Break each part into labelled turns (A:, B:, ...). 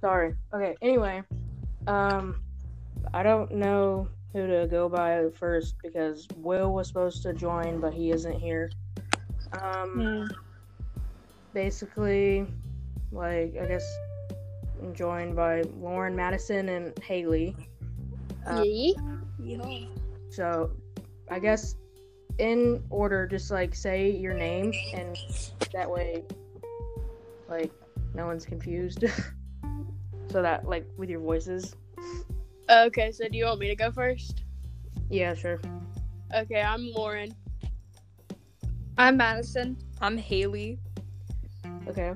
A: Sorry. Okay. Anyway, um, I don't know who to go by first because Will was supposed to join, but he isn't here. Um, basically, like I guess I'm joined by Lauren Madison and Haley. Uh,
B: Yee.
C: Yo.
A: So, I guess in order, just like say your name, and that way, like, no one's confused. so that, like, with your voices.
B: Okay, so do you want me to go first?
A: Yeah, sure.
B: Okay, I'm Lauren.
C: I'm Madison. I'm Haley.
A: Okay.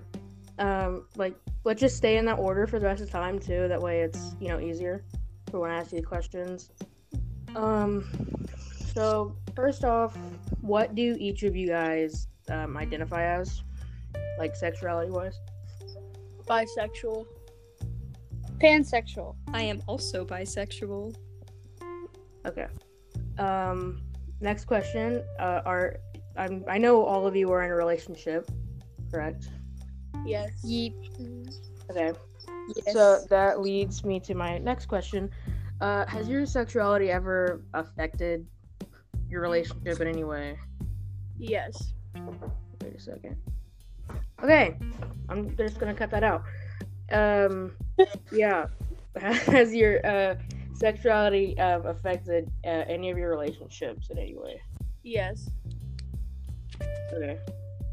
A: Um, like, let's just stay in that order for the rest of the time, too. That way it's, you know, easier for when I ask you questions. Um, so, first off, what do each of you guys um, identify as? Like, sexuality wise?
B: Bisexual.
C: Pansexual.
D: I am also bisexual.
A: Okay. Um, next question. Uh, are I'm, I know all of you are in a relationship, correct?
B: Yes.
C: Yeep.
A: Okay.
C: Yes.
A: So that leads me to my next question. Uh, has your sexuality ever affected your relationship in any way?
B: Yes.
A: Wait a second. Okay, I'm just gonna cut that out. Um, yeah. Has your uh, sexuality uh, affected uh, any of your relationships in any way?
B: Yes.
A: Okay.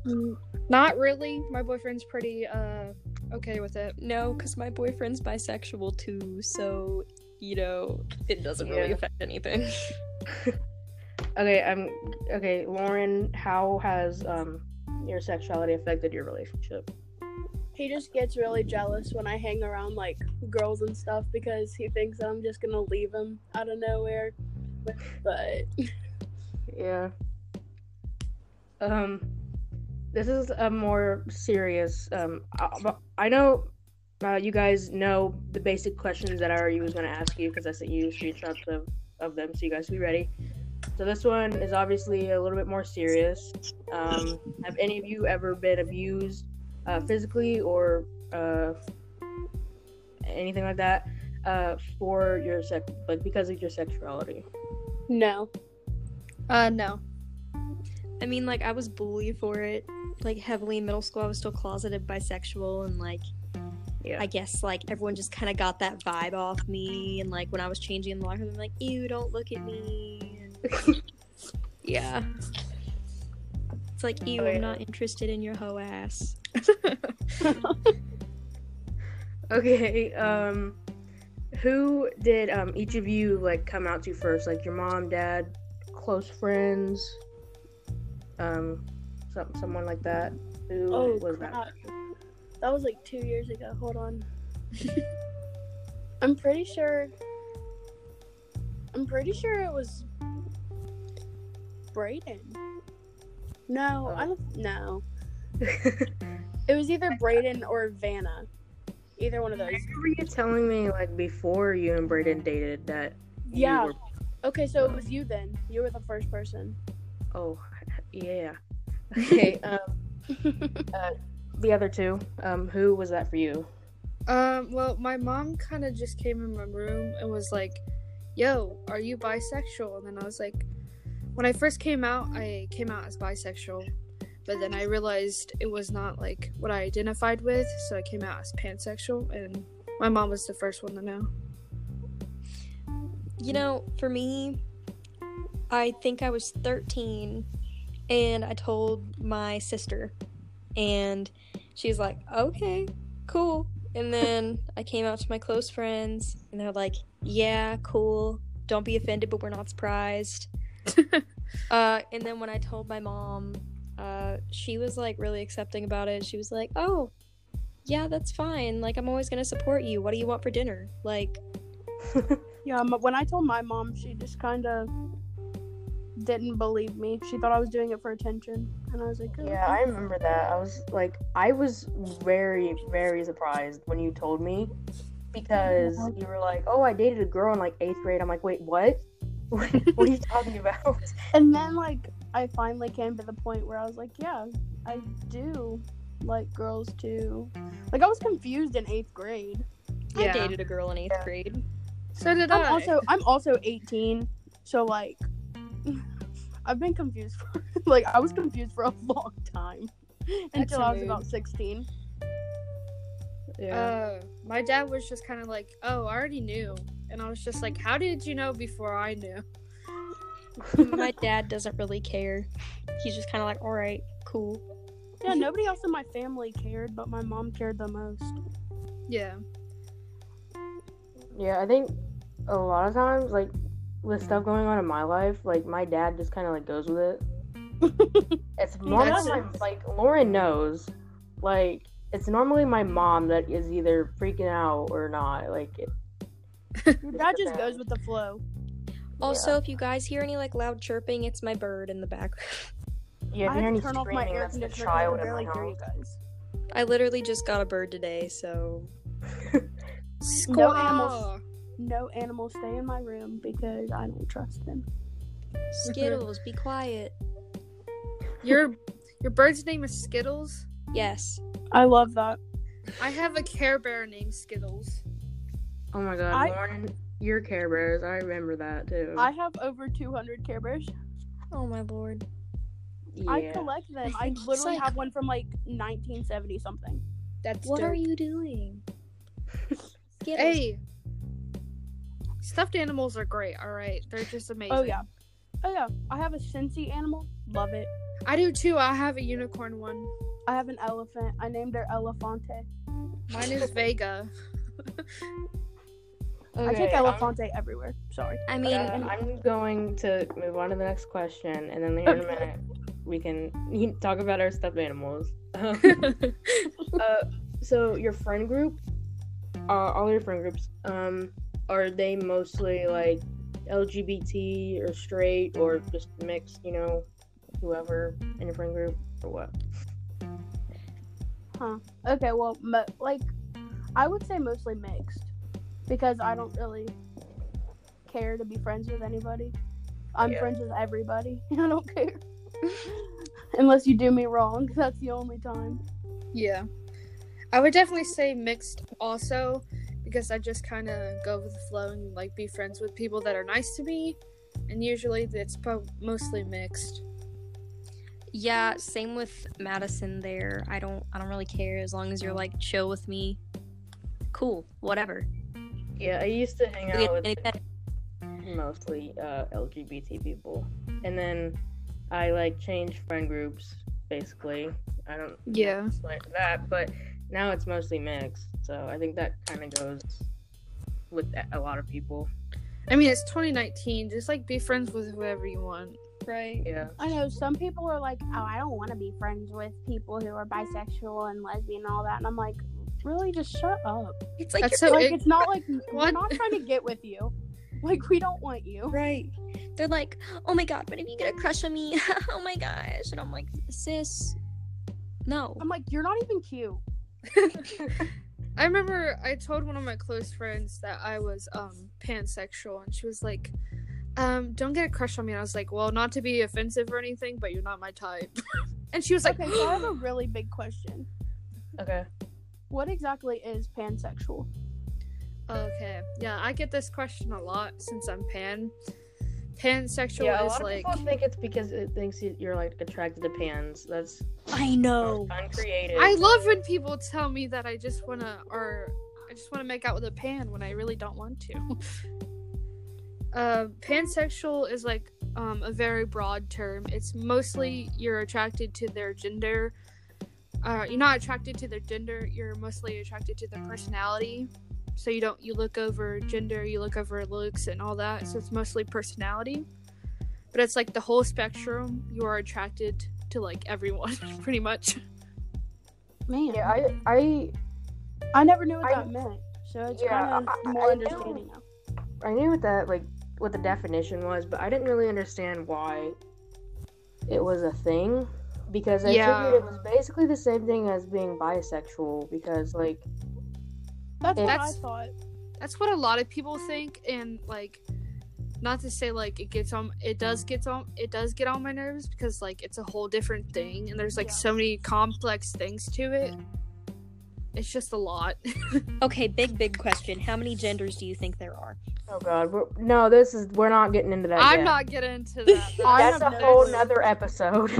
C: Mm, Not really. My boyfriend's pretty uh okay with it.
D: No, because my boyfriend's bisexual too, so, you know, it doesn't really
A: Yeah.
D: affect anything.
A: Okay, um, okay, Lauren, how has um your sexuality affected your relationship?
B: He just gets really jealous when I hang around like girls and stuff because he thinks I'm just gonna leave him out of nowhere. But
A: Yeah. Um, this is a more serious. Um, I, I know uh, you guys know the basic questions that I already was gonna ask you because I sent you screenshots of of them, so you guys be ready. So this one is obviously a little bit more serious. Um, have any of you ever been abused uh, physically or uh, anything like that uh, for your sex, like because of your sexuality?
B: no.
C: Uh no.
D: I mean, like, I was bullied for it, like, heavily in middle school. I was still closeted bisexual, and, like,
A: Yeah.
D: I guess, like, everyone just kind of got that vibe off me. And, like, when I was changing in the locker room, like, ew, don't look at me. and- yeah. It's like, ew,
A: Okay.
D: I'm not interested in your hoe ass.
A: Okay, um who did um each of you like come out to first? Like your mom, dad, close friends, um some someone like that. Who
B: Oh
A: was that?
B: crap. That was like two years ago. Hold on. I'm pretty sure. I'm pretty sure it was Brayden. No, I don't. No, it was either Brayden or Vanna. Either one of
A: I
B: those.
A: remember you telling me like before you and Brayden dated that you
B: Yeah.
A: were-
B: Okay, so it was you then. You were the first person.
A: oh yeah. Okay, um uh, the other two, um who was that for you?
E: Um, well, my mom kind of just came in my room and was like, "Yo, are you bisexual?" And then I was like, when I first came out, I came out as bisexual, but then I realized it was not like what I identified with, so I came out as pansexual, and my mom was the first one to know.
D: You know, for me, I think I was 13 and I told my sister, and she's like, okay, cool. And then I came out to my close friends, and they're like, yeah, cool. Don't be offended, but we're not surprised. uh, and then when I told my mom, uh, she was like really accepting about it. She was like, oh, yeah, that's fine. Like, I'm always going to support you. What do you want for dinner? Like,
B: Yeah, m- when I told my mom, she just kind of didn't believe me. She thought I was doing it for attention, and I was like, oh,
A: Yeah, I remember that. I was like, I was very, very surprised when you told me because you were like, "Oh, I dated a girl in like eighth grade." I'm like, "Wait, what? what are you talking about?"
B: And then like I finally came to the point where I was like, yeah, I do like girls too. Like I was confused in eighth grade.
D: I
E: Yeah.
D: dated a girl in eighth grade.
E: So did
B: I'm
E: I.
B: also I'm also 18, so like I've been confused for like I was confused for a long time until I was
D: rude.
B: about 16.
A: Yeah.
E: Uh, my dad was just kind of like, "Oh, I already knew," and I was just like, "How did you know before I knew?"
D: Um, My dad doesn't really care. He's just kind of like, all right, cool.
B: Yeah, nobody else in my family cared, but my mom cared the most.
E: Yeah.
A: Yeah, I think a lot of times, like with stuff
B: Mm.
A: going on in my life, like my dad just kind of like goes with it. it's normally my,
E: sense.
A: like Lauren knows, like it's normally my mom that is either freaking out or not. Like, it,
B: Your dad just goes with "Oh, the flow.
D: Also, if you guys hear any like loud chirping, it's my bird in the background.
A: yeah,
B: I
A: if you
B: had
A: hear
B: to
A: any
B: turn off my
A: screaming,
B: air
A: that's the
B: conditioner because I
A: child
B: could
A: in my
B: barely hear
A: house.
B: you guys.
D: I literally just got a bird today, so
B: No animals. No animals stay in my room because I don't trust them.
D: Skittles, be quiet.
E: Your your bird's name is Skittles.
D: Yes.
B: I love that.
E: I have a Care Bear named Skittles.
A: Oh my god,
B: I-
A: Lauren, your Care Bears. I remember that too.
B: I have over 200 Care Bears.
D: Oh my lord.
A: yeah.
B: I collect them.
D: I
B: I
D: think it's
B: literally
D: like-
B: have one from like 1970 something.
E: That's
D: What
E: dope.
D: are you doing? Skittles.
E: Hey. Stuffed animals are great. All right, they're just amazing.
B: Oh yeah. Oh yeah. I have a Cincy animal. Love it.
E: I do too. I have a unicorn one.
B: I have an elephant. I named her Elefante.
E: Mine is Vega.
B: I take
A: Okay,
D: um
A: I'm-
B: Elefante everywhere. Sorry.
D: I mean,
A: Uh, I'm going to move on to the next question, and then here in a minute we can he- talk about our stuffed animals. uh, so your friend group, uh, all your friend groups, um, are they mostly like LGBT or straight or just mixed? You know, whoever in your friend group or what?
B: Okay. Well, mo- like, I would say mostly mixed because I don't really care to be friends with anybody. I'm
A: Yeah.
B: friends with everybody. I don't care. Unless you do me wrong, that's the only time.
E: Yeah. I would definitely say mixed also because I just kind of go with the flow and like be friends with people that are nice to me. And usually it's po- mostly mixed.
D: yeah, same with Madison there. I don't I don't really care as long as you're like chill with me. Cool, whatever.
A: Yeah, I used to hang
D: We get
A: out with
D: independent-
A: mostly uh, LGBT people, and then I like changed friend groups basically. I don't
E: Yeah.
A: like that, but now it's mostly mixed. So I think that kind of goes with a- a lot of people.
E: I mean, it's 2019. Just like be friends with whoever you want.
D: right.
A: Yeah.
B: I know some people are like, oh, I don't want to be friends with people who are bisexual and lesbian and all that. And I'm like, really? Just shut up.
D: It's like
E: That's
D: you're
E: so
B: Like,
E: ig-
B: it's not like we're
E: What?
B: not trying to get with you. Like, we don't want you.
D: Right. They're like, oh my god, but if you get a crush on me, oh my gosh. And I'm like, sis, no.
B: I'm like, you're not even cute.
E: I remember I told one of my close friends that I was um pansexual and she was like, um, don't get a crush on me. And I was like, well, not to be offensive or anything, but you're not my type. and she was like,
B: okay, so I have a really big question.
A: Okay.
B: What exactly is pansexual?
E: Okay. Yeah, I get this question a lot since I'm pan. Pansexual
A: yeah, a
E: is
A: lot
E: like
A: of people think it's because it thinks you- you're like attracted to pans. That's
D: I know.
A: uncreative.
E: I love when people tell me that I just want to or I just want to make out with a pan when I really don't want to. uh, pansexual is like um, a very broad term. It's mostly you're attracted to their gender. Uh, you're not attracted to their gender. You're mostly attracted to their personality. So you don't you look over gender, you look over looks and all that. So it's mostly personality. But it's like the whole spectrum. You are attracted to like everyone, pretty much.
B: Man,
A: yeah, I, I,
B: I never knew what
A: I-
B: that meant. So it's
A: Yeah,
B: kind
A: I- I-
B: of more
A: I
B: understanding now.
A: I knew what that like what the definition was, but I didn't really understand why it was a thing because I
E: Yeah.
A: figured it was basically the same thing as being bisexual because like
B: That's what I
E: That's-
B: thought.
E: that's what a lot of people think and like not to say like it gets on it does get on it does get on my nerves because Mm. like it's a whole different thing and there's like
B: Yeah.
E: Mm. so many complex things to it it's just a lot.
D: Okay, big big question. How many genders do you think there are?
A: Oh God, we're, no, this is we're not getting into that.
E: I'm
A: yet.
E: not getting into that.
A: That's
B: I'm
A: a whole
B: not-
A: nother episode.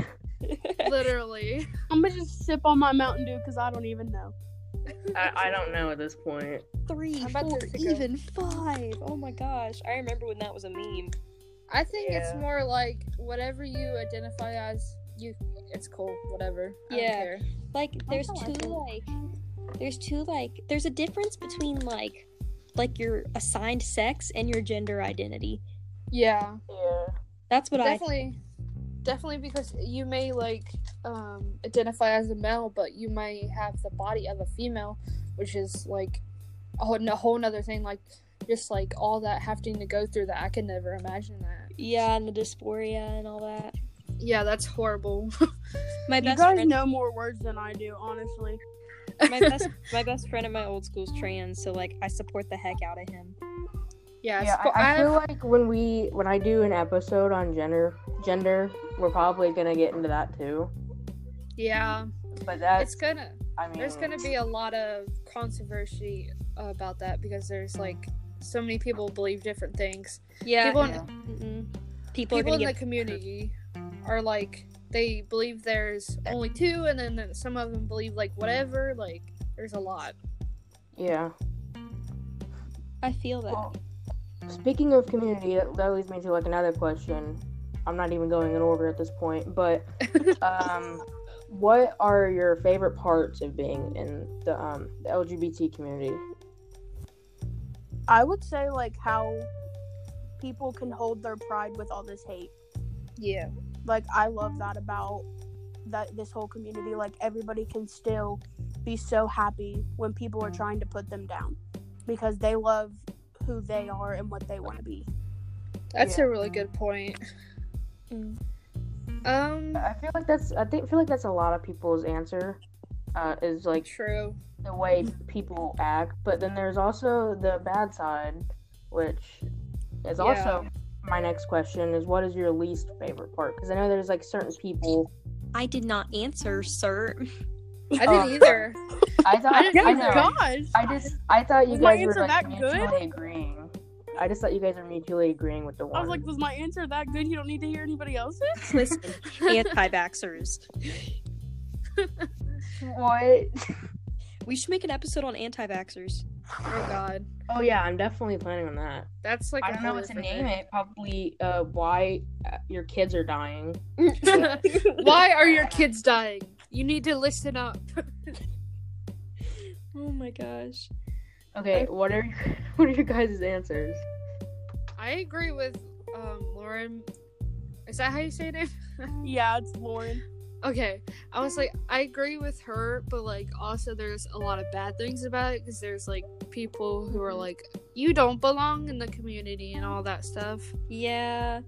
E: literally.
B: I'm gonna just sip on my Mountain Dew because I don't even know.
A: I, I don't know at this point.
D: Three,
C: I'm about
D: four,
C: to go.
D: even five. Oh my gosh, I remember when that was a meme.
E: I think
A: Yeah.
E: it's more like whatever you identify as, you it's cool, whatever. I don't
D: Yeah.
E: care.
D: Like there's
E: don't like
D: two like there's two like there's a difference between like like your assigned sex and your gender identity.
E: Yeah.
A: Yeah.
D: That's what I
E: definitely definitely because you may like um identify as a male but you may have the body of a female which is like a whole, a whole nother thing like just like all that having to go through that i could never imagine that
D: yeah, and the dysphoria and all that.
E: yeah that's horrible
D: My
B: You
D: best
B: guys
D: friend,
B: know more words than I do, honestly.
D: my best my best friend at my old school's trans, so like I support the heck out of him.
E: yeah,
A: Yeah,
E: spo-
A: I, I
E: I-
A: feel like when we when I do an episode on gender gender, we're probably gonna get into that too.
E: yeah
A: But that's
E: it's gonna
A: I mean
E: there's gonna be a lot of controversy about that because there's like so many people believe different things
D: Yeah.
E: people in-
D: mm-mm. people are gonna
E: people in the
D: get
E: community are like they believe there's only two and then some of them believe like whatever like there's a lot
A: yeah.
D: I feel that.
A: Well, speaking of community, that, that leads me to like another question. I'm not even going in order at this point, but um, what are your favorite parts of being in the um, the LGBT community?
B: I would say like how people can hold their pride with all this hate.
E: yeah
B: like I love that about that this whole community. Like everybody can still be so happy when people are trying to put them down because they love who they are and what they want to be.
E: that's
A: Yeah.
E: a really good point
D: Mm.
E: um
A: I feel like that's I think feel like that's a lot of people's answer. Uh, is like
E: true
A: the way people act, but then there's also the bad side, which is
E: Yeah.
A: also my next question is what is your least favorite part? Because I know there's like certain people.
D: I did not answer, sir.
E: i
A: Oh.
E: didn't either
A: I thought
E: I didn't
A: I
E: know
A: know.
B: gosh.
A: I just I thought you
B: Was my
A: guys were
B: answer
A: like
B: that
A: mutually
B: good?
A: agreeing. I just thought you guys were mutually agreeing with the one.
B: I was like, was my answer that good? You don't need to hear anybody else's.
D: Listen, anti-vaxxers.
A: what?
D: We should make an episode on anti-vaxxers.
E: oh god
A: Oh yeah, I'm definitely planning on that.
E: that's like
A: I
E: a
A: don't know
E: whole
A: what to
E: different
A: name it. Probably uh, why uh, your kids are dying.
E: thing. why are your kids dying you need to listen up
D: Oh my gosh.
A: Okay, what are what are your guys' answers?
E: i agree with um lauren is that how you say it
B: Yeah, it's Lauren.
E: okay i was like i agree with her but like also there's a lot of bad things about it because there's like people who are like you don't belong in the community and all that stuff
D: Yeah.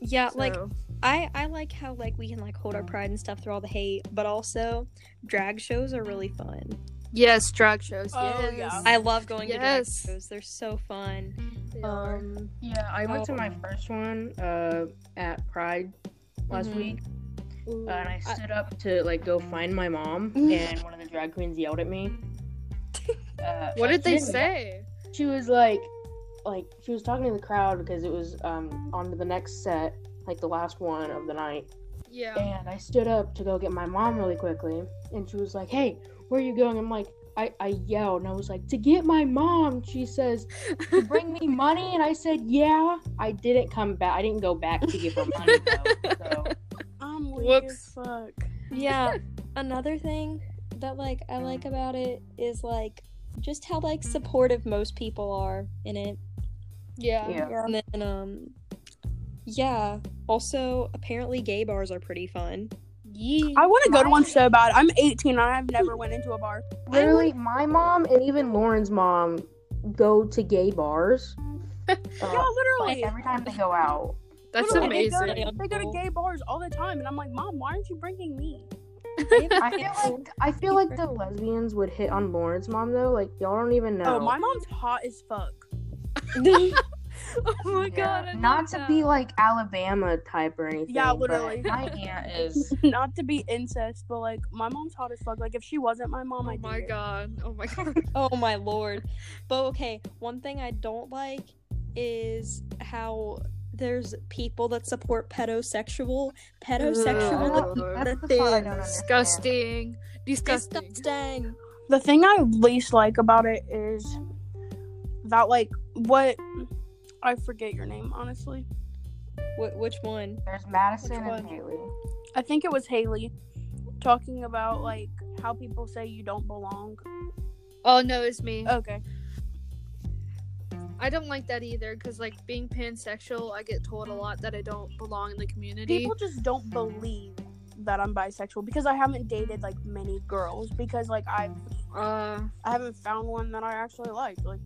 D: Yeah, like
E: So,
D: I I like how like we can like hold our pride and stuff through all the hate, but also drag shows are really fun.
E: yes drag shows
B: Oh,
E: yes
B: yeah.
D: I love going to
E: Yes.
D: drag shows. They're so fun.
E: They are.
D: Um
A: Yeah, I went to
D: Oh.
A: my first one uh, at Pride last
D: Mhm.
A: week,
E: Ooh.
A: uh, and I stood up to like go find my mom, and one of the drag queens yelled at me. Uh, like,
E: what did
A: she
E: they
A: didn't-
E: say
A: She was like, like she was talking to the crowd because it was um on to the next set, like the last one of the night,
E: yeah
A: and I stood up to go get my mom really quickly, and she was like, "Hey, where are you going?" I'm like. I, I yelled and I was like, to get my mom. She says, to bring me money. And I said, yeah. I didn't come back. I didn't go back to give her money, though. So,
B: I'm weak
E: Whoops.
B: as fuck.
D: yeah another thing that like i like about it is like just how like supportive most people are in it
E: yeah
A: yeah.
D: and then um yeah also apparently gay bars are pretty fun
E: Yee.
B: I want to go to one so bad. I'm 18 and I've never went into a bar.
A: Literally, my mom and even Lauren's mom go to gay bars. Uh,
B: Yeah,
A: like,
B: literally.
A: every time they go out.
E: that's
B: Literally, they go to-
E: amazing
B: They go to gay bars all the time, and I'm like, Mom, why aren't you bringing me?
A: I feel like I feel like the lesbians would hit on Lauren's mom though. Like y'all don't even know.
B: Oh, my mom's hot as fuck.
E: Oh my
A: Yeah.
E: god. I
A: Not
E: love
A: to
E: that.
A: be like Alabama type or anything.
B: Yeah,
A: but
B: literally.
A: My aunt is.
B: Not to be incest, but like my mom's hot as fuck. Like if she wasn't my mom,
E: Oh
B: I'd
E: my
B: date her.
E: god. Oh my god.
D: Oh my lord. But okay, one thing I don't like is how there's people that support pedosexual. Pedosexual
A: Oh,
E: Ugh.
D: is
E: That's
D: not a thing.
E: Disgusting. Disgusting.
D: Disgusting.
B: The thing I least like about it is that like what I forget your name honestly.
D: Wh- which one?
A: There's Madison
D: Which
A: and
D: one?
A: Haley.
B: I think it was Haley talking about like how people say you don't belong.
E: Oh no, it's me.
B: Okay.
E: I don't like that either because like being pansexual, I get told a lot that I don't belong in the community.
B: People just don't believe that I'm bisexual because I haven't dated like many girls because like I
E: uh
B: I haven't found one that I actually like. Like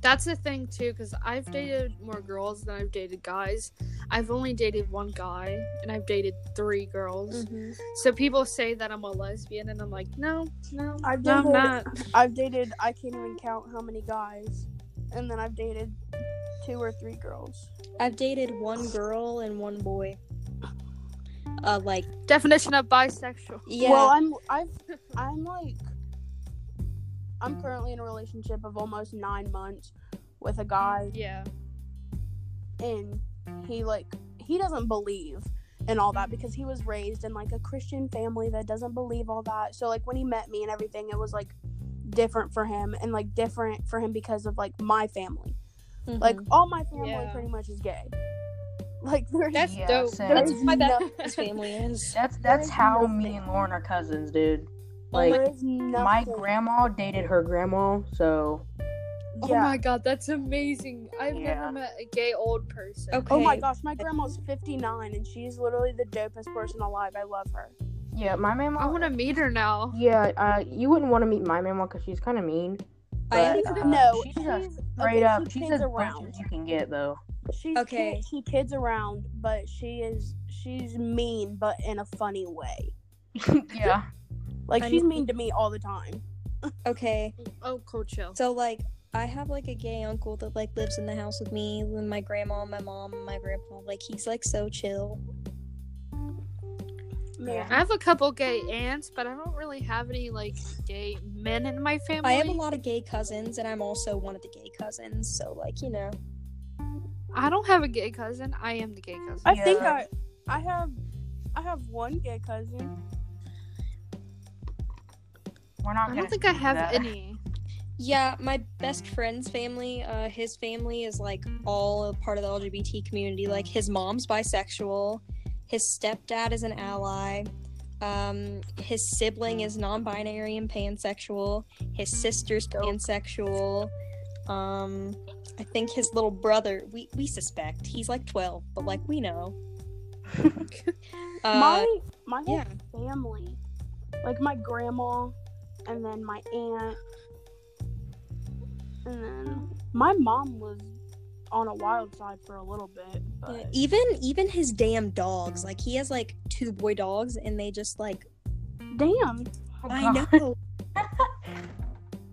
E: that's the thing too because I've dated more girls than I've dated guys. I've only dated one guy and I've dated three girls. So people say that I'm a lesbian and I'm like, no, no,
B: I've
E: no, I'm
B: dated-
E: not.
B: I've dated I can't even count how many guys and then I've dated two or three girls.
D: I've dated one girl and one boy. Uh, like
E: Definition of bisexual.
D: yeah.
B: Well, I'm I've I'm like I'm currently in a relationship of almost nine months with a guy,
E: Yeah.
B: and he like he doesn't believe in all that because he was raised in like a Christian family that doesn't believe all that. So like when he met me and everything, it was like different for him and like different for him because of like my family.
D: Mhm.
B: Like
A: Mm-hmm.
B: all my family
E: Yeah.
B: pretty much is gay. Like there's
E: That's
A: Yeah,
E: dope.
A: same.
D: that's
A: That's-
D: my
B: no-
D: best family is.
A: That's that's how
B: nothing.
A: me and Lauren are cousins, dude.
B: there
A: Like
B: is nothing.
A: my grandma dated her grandma, so
E: Oh
B: yeah.
E: my god, that's amazing. I've
A: Yeah.
E: never met a gay old person.
D: Okay.
B: Oh my gosh, my grandma's 59 and she's literally the dopest person alive. I love her.
A: yeah, my mama.
E: I want to meet her now.
A: Yeah, uh, you wouldn't want to meet my mama because she's kind of mean.
D: I am
A: but, uh,
B: no,
A: she's
B: she's
A: a straight
B: okay,
A: up.
B: She
A: She's
B: kids
A: as around.
B: around.
A: as you can get, though.
B: She's
D: Okay.
B: okay. Kid, she kids around, but she is she's mean, but in a funny way.
A: yeah.
B: Like
D: I
B: she's
D: mean-
B: mean to me all the time.
D: okay.
E: Oh, cool chill.
D: So like I have like a gay uncle that like lives in the house with me and my grandma, my mom, and my grandpa. Like he's like so chill.
A: Yeah.
E: I have a couple gay aunts, but I don't really have any like gay men in my family.
D: I have a lot of gay cousins and I'm also one of the gay cousins, so like, you know.
E: I don't have a gay cousin. I am the gay cousin.
B: I think
A: Yeah.
B: I I have I have one gay cousin.
A: We're not.
E: I
A: gonna
E: don't think I
A: do
E: have
A: that.
E: any.
D: Yeah, my best friend's family, uh his family is like all a part of the LGBT community. Like his mom's bisexual, his stepdad is an ally. Um, his sibling is non-binary and pansexual. His sister's pansexual. Um, I think his little brother. We we suspect he's like twelve, but like we know. uh,
B: my my whole
D: yeah.
B: family. Like my grandma and then my aunt and then my mom was on a wild side for a little bit, but
D: yeah, even even his damn dogs. Like he has like two boy dogs, and they just like e-
B: Damn,
A: Oh,
D: I
A: God.
D: know. And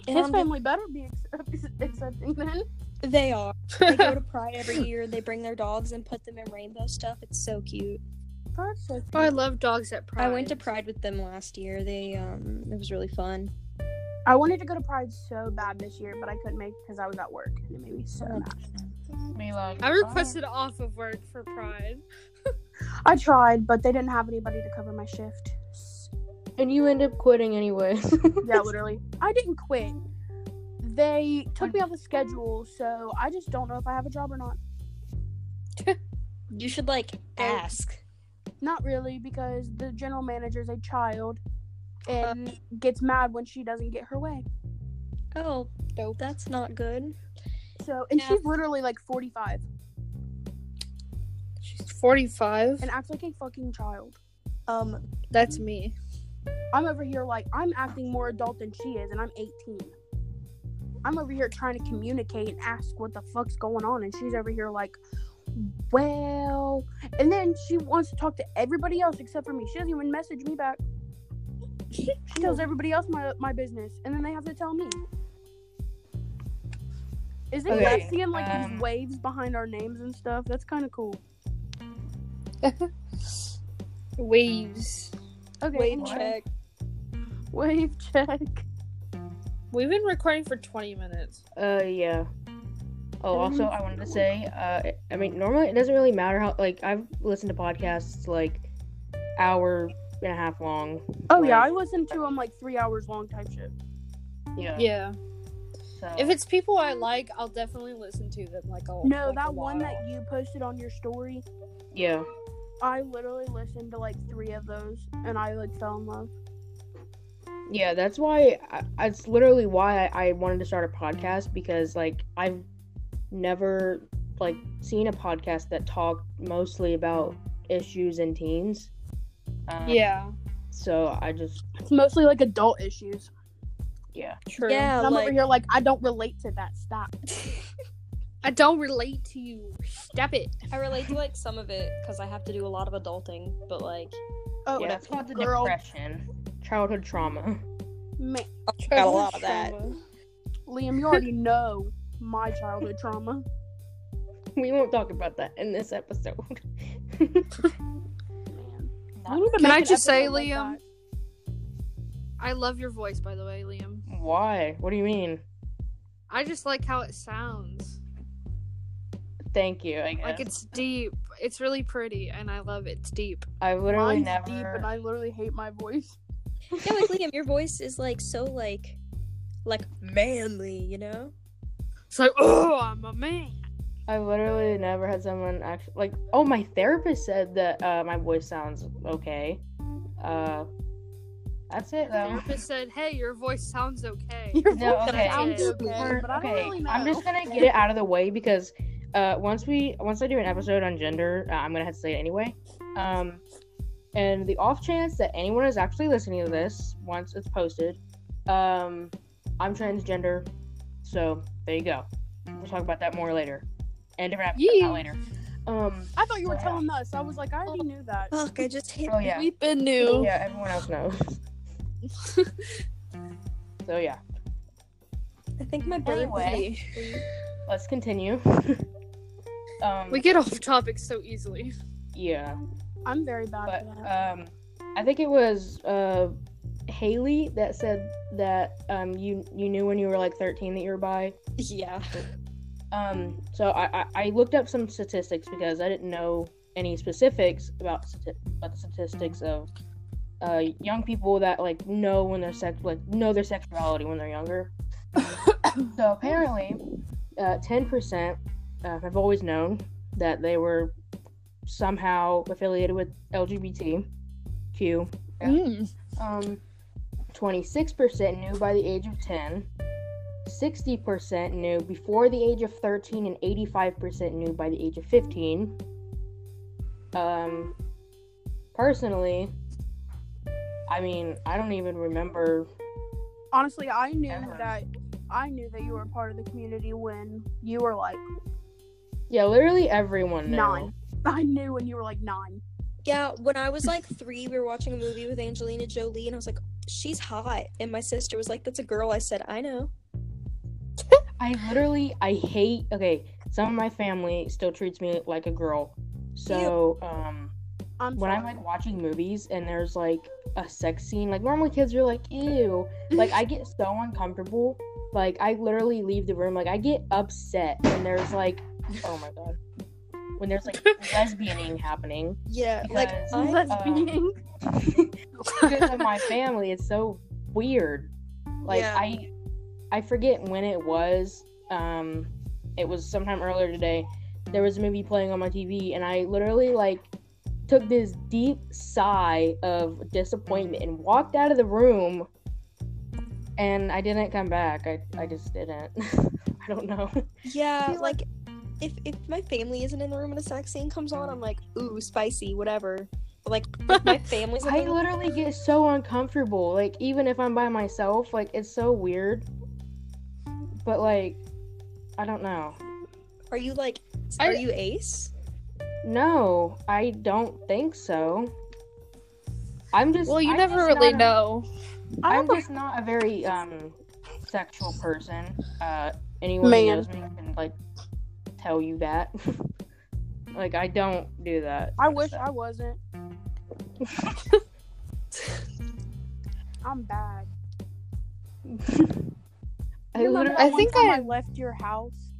B: his
D: I'm just-
B: family better be accept- accepting then.
D: They are. They go to Pride every year. They bring their dogs and put them in rainbow stuff. It's so cute.
B: That's so
E: Oh, I love dogs at Pride.
D: I went to Pride with them last year. They um, it was really fun.
B: I wanted to go to Pride so bad this year, but I couldn't make it because I was at work, and it made me so
D: Oh,
B: mad.
A: Be like,
E: I requested off of work for Pride.
B: I tried, but they didn't have anybody to cover my shift.
A: "Oh." and you end up quitting anyway.
B: Yeah, literally. I didn't quit. They took me off the schedule, so I just don't know if I have a job or not.
D: You should like ask.
B: Not really, because the general manager's a child and gets mad when she doesn't get her way.
D: Oh, that's not good.
B: So, and
E: Yeah.
B: she's literally like 45
E: She's 45.
B: and acts like a fucking child.
D: Um,
E: That's me.
B: I'm over here like I'm acting more adult than she is, and I'm 18. I'm over here trying to communicate and ask what the fuck's going on, and she's over here like, well, and then she wants to talk to everybody else except for me. She doesn't even message me back. She tells everybody else my my business, and then they have to tell me. Isn't
A: Okay,
B: that seeing like
A: um,
B: these waves behind our names and stuff? That's kind of cool.
E: Waves.
D: Mm.
B: Okay,
D: Wave
B: anyway.
D: check.
B: Wave check.
E: We've been recording for 20 minutes.
A: Uh, yeah. Oh, also,
B: Um,
A: I wanted to say, uh, I mean, normally it doesn't really matter how, like, I've listened to podcasts like hour and a half long.
B: Oh yeah, I
A: Like,
B: listened to them like three hours long type shit.
A: yeah.
E: Yeah.
A: so-
E: If it's people I like, I'll definitely listen to them. Like, I'll,
B: No,
E: like, a
B: that one
E: lot.
B: that you posted on your story,
A: yeah,
B: I literally listened to like three of those, and I like fell in love.
A: yeah, that's why. I, that's literally why I, I wanted to start a podcast because, like, I've never like seen a podcast that talked mostly about issues in teens. Um,
E: Yeah.
A: So I just,
B: It's mostly like adult issues.
A: yeah,
E: True.
D: Yeah,
B: And I'm over
D: like
B: here like I don't relate to that. Stop.
E: I don't relate to you. Stop it.
D: I relate to like some of it because I have to do a lot of adulting, but like
B: Oh,
A: yeah. It's called the
B: girl.
A: depression, childhood trauma.
B: man,
D: got a lot of that.
B: Oh, Liam, you already know my childhood trauma.
A: We won't talk about that in this episode.
B: Man.
A: Not-
B: need to
E: Can
B: make
E: I
B: an
E: just say,
B: episode like
E: Liam?
B: that.
E: I love your voice, by the way, Liam.
A: Why? What do you mean?
E: I just like how it sounds.
A: Thank you. I guess.
E: Like it's deep. It's really pretty, and I love it. It's deep.
A: I literally
B: Mine's
A: never.
B: deep, and I literally hate my voice.
D: Yeah, like Liam, your voice is like so like like manly, you know?
E: It's like, oh, I'm a man.
A: I literally never had someone actually like. Oh, my therapist said that uh, my voice sounds okay. Uh, that's it though.
E: Therapist said, hey, your voice sounds okay.
B: Your
A: No,
B: voice
A: okay.
B: sounds
E: Yeah.
B: okay, but I don't
A: okay,
B: really know.
A: I'm just gonna get it out of the way because uh, once we once I do an episode on gender, uh, I'm gonna have to say it anyway. Um, and the off chance that anyone is actually listening to this once it's posted, um, I'm transgender, so there you go. We'll talk about that more later, and different episode,
E: Yeah.
A: not later. Um,
B: I thought you were
A: Yeah.
B: telling us. I was
D: um,
B: like, I already knew that.
D: Fuck, I just hit
A: Oh, yeah.
D: weep and new.
A: yeah, everyone else knows. so yeah,
D: I think my brain
A: Anyway. let's continue. um,
E: We get off topic so easily.
A: yeah.
B: I'm very bad
A: but
B: at
D: uh,
B: that.
A: um, I think it was uh, Haley that said that um, you you knew when you were like 13 that you were bi.
D: Yeah.
A: Um, so I, I, I looked up some statistics because I didn't know any specifics about stati- about the statistics of uh, young people that like know when they're sex like know their sexuality when they're younger. so apparently, ten percent uh, have always known that they were somehow affiliated with LGBTQ. Um, 26% knew by the age of 10. 60% knew before the age of 13 and 85% knew by the age of 15. Um, personally, I mean, I don't even remember.
B: Honestly, I knew
E: Uh-huh.
A: Ever.
B: that. I knew that you were a part of the community when you were like
A: Yeah, literally everyone knew.
B: nine. I knew when you were like nine.
D: Yeah, when I was like three, we were watching a movie with Angelina Jolie, and I was like, she's hot. And my sister was like, that's a girl. I said, I know.
A: I literally, I hate. Okay, some of my family still treats me like a girl. So, um,
B: I'm
A: when I'm
B: sorry.
A: like watching movies and there's like a sex scene, like normally kids are like, ew. Like I get so uncomfortable. Like I literally leave the room. Like I get upset when there's like oh my god. When there's like lesbianing happening.
D: Yeah, like,
A: Because-
D: I,
E: uh,
B: lesbian.
A: Because of my family, it's so weird. Like
D: Yeah.
A: I I forget when it was. Um it was sometime earlier today. There was a movie playing on my TV and I literally like took this deep sigh of disappointment and walked out of the room and I didn't come back. I, I just didn't. I don't know.
D: yeah,
B: See,
D: like, if, if my family isn't in the room and a sex scene comes on, I'm like, ooh, spicy, whatever. But, like, if my family's in the
A: I
D: room,
A: literally get so uncomfortable. Like even if I'm by myself, like it's so weird. But like I don't know.
D: are you like,
E: I-
D: are you ace?
A: No, I don't think so. I'm just
E: Well, you
A: I'm
E: never
A: just
E: really
A: not a-
E: know.
B: I
A: I'm
B: have a
A: just not a very um sexual person. Uh anyone who
B: Man.
A: knows me can like tell you that. like I don't do that.
B: I wish
A: So-
B: I wasn't. I'm bad.
A: I
B: You remember
A: literally-
B: that
E: I
B: one
E: think
B: time
E: I-
B: left your house.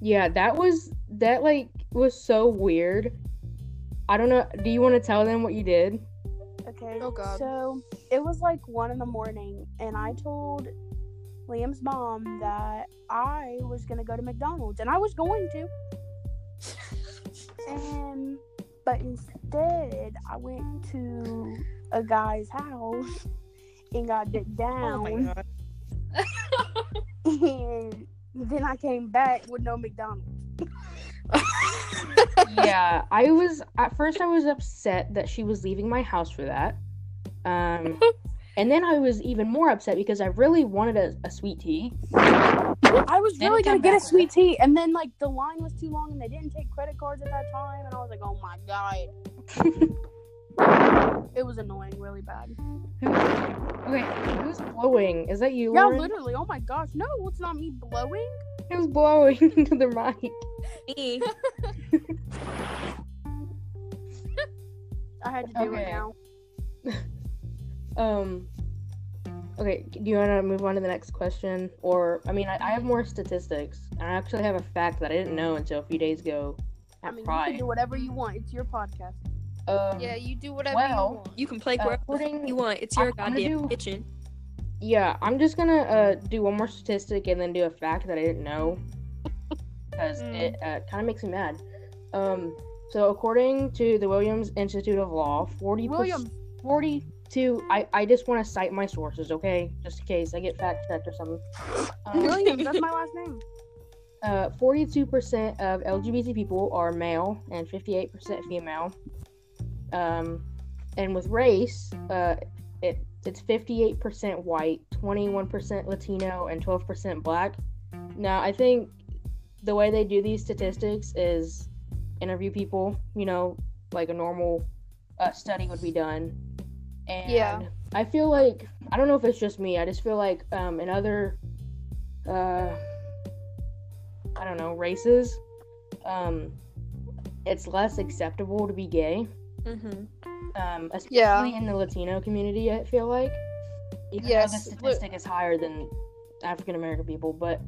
A: yeah, that was that like was so weird. I don't know. Do you want to tell them what you did?
B: Okay.
E: Oh, God.
B: So it was like one in the morning, and I told Liam's mom that I was gonna go to McDonald's, and I was going to. and but instead, I went to a guy's house and got dipped
E: Oh,
B: down.
A: god.
B: and then I came back with no McDonald's.
A: yeah, I was at first I was upset that she was leaving my house for that. Um and then I was even more upset because I really wanted a, a sweet tea.
B: I was
A: Then
B: really
A: it
B: gonna
A: come
B: get a
A: back with
B: sweet tea, and then like the line was too long, and they didn't take credit cards at that time, and I was like, oh my god. it was annoying, really bad.
A: Who, okay, who's blowing? Is that you?
B: Yeah,
A: Lauren?
B: literally. Oh my gosh, no, it's not me blowing.
A: Who's blowing into the mic?
D: Me.
B: I had to do
A: Okay.
B: it now.
A: Um. Okay, do you want to move on to the next question, or I mean, I, I have more statistics, and I actually have a fact that I didn't know until a few days ago
B: I
A: at
B: mean, you can
A: Pride.
B: do whatever you want. It's your podcast.
A: Um,
E: yeah,
A: yeah,
E: you do whatever
A: Well,
E: you want.
D: You can play
A: Uh,
D: wherever the
A: putting-
D: fuck you want. It's
A: I-
D: your
A: I'm gonna
D: goddamn
A: do-
D: kitchen.
A: I'm just gonna uh, do one more statistic and then do a fact that I didn't know because
E: Mm.
A: it uh, kind of makes me mad. Um, so according to the Williams Institute of Law, forty
B: William,
A: 42 I, I just want to cite my sources, okay? Just in case I get fact checked or something. Um,
B: Williams, that's my last name.
A: Uh, 42% of LGBT people are male and 58% female. Um, and with race, uh, it, it's 58% white, 21% Latino, and 12% black. Now, I think the way they do these statistics is interview people, you know, like a normal uh, study would be done. And
E: Yeah.
A: I feel like, I don't know if it's just me, I just feel like um, in other uh, I don't know, races, um, it's less acceptable to be gay,
D: Mm-hmm.
A: um, especially
E: Yeah.
A: in the Latino community. I feel like, even though
E: Yes,
A: the
E: but-
A: statistic is higher than African American people, but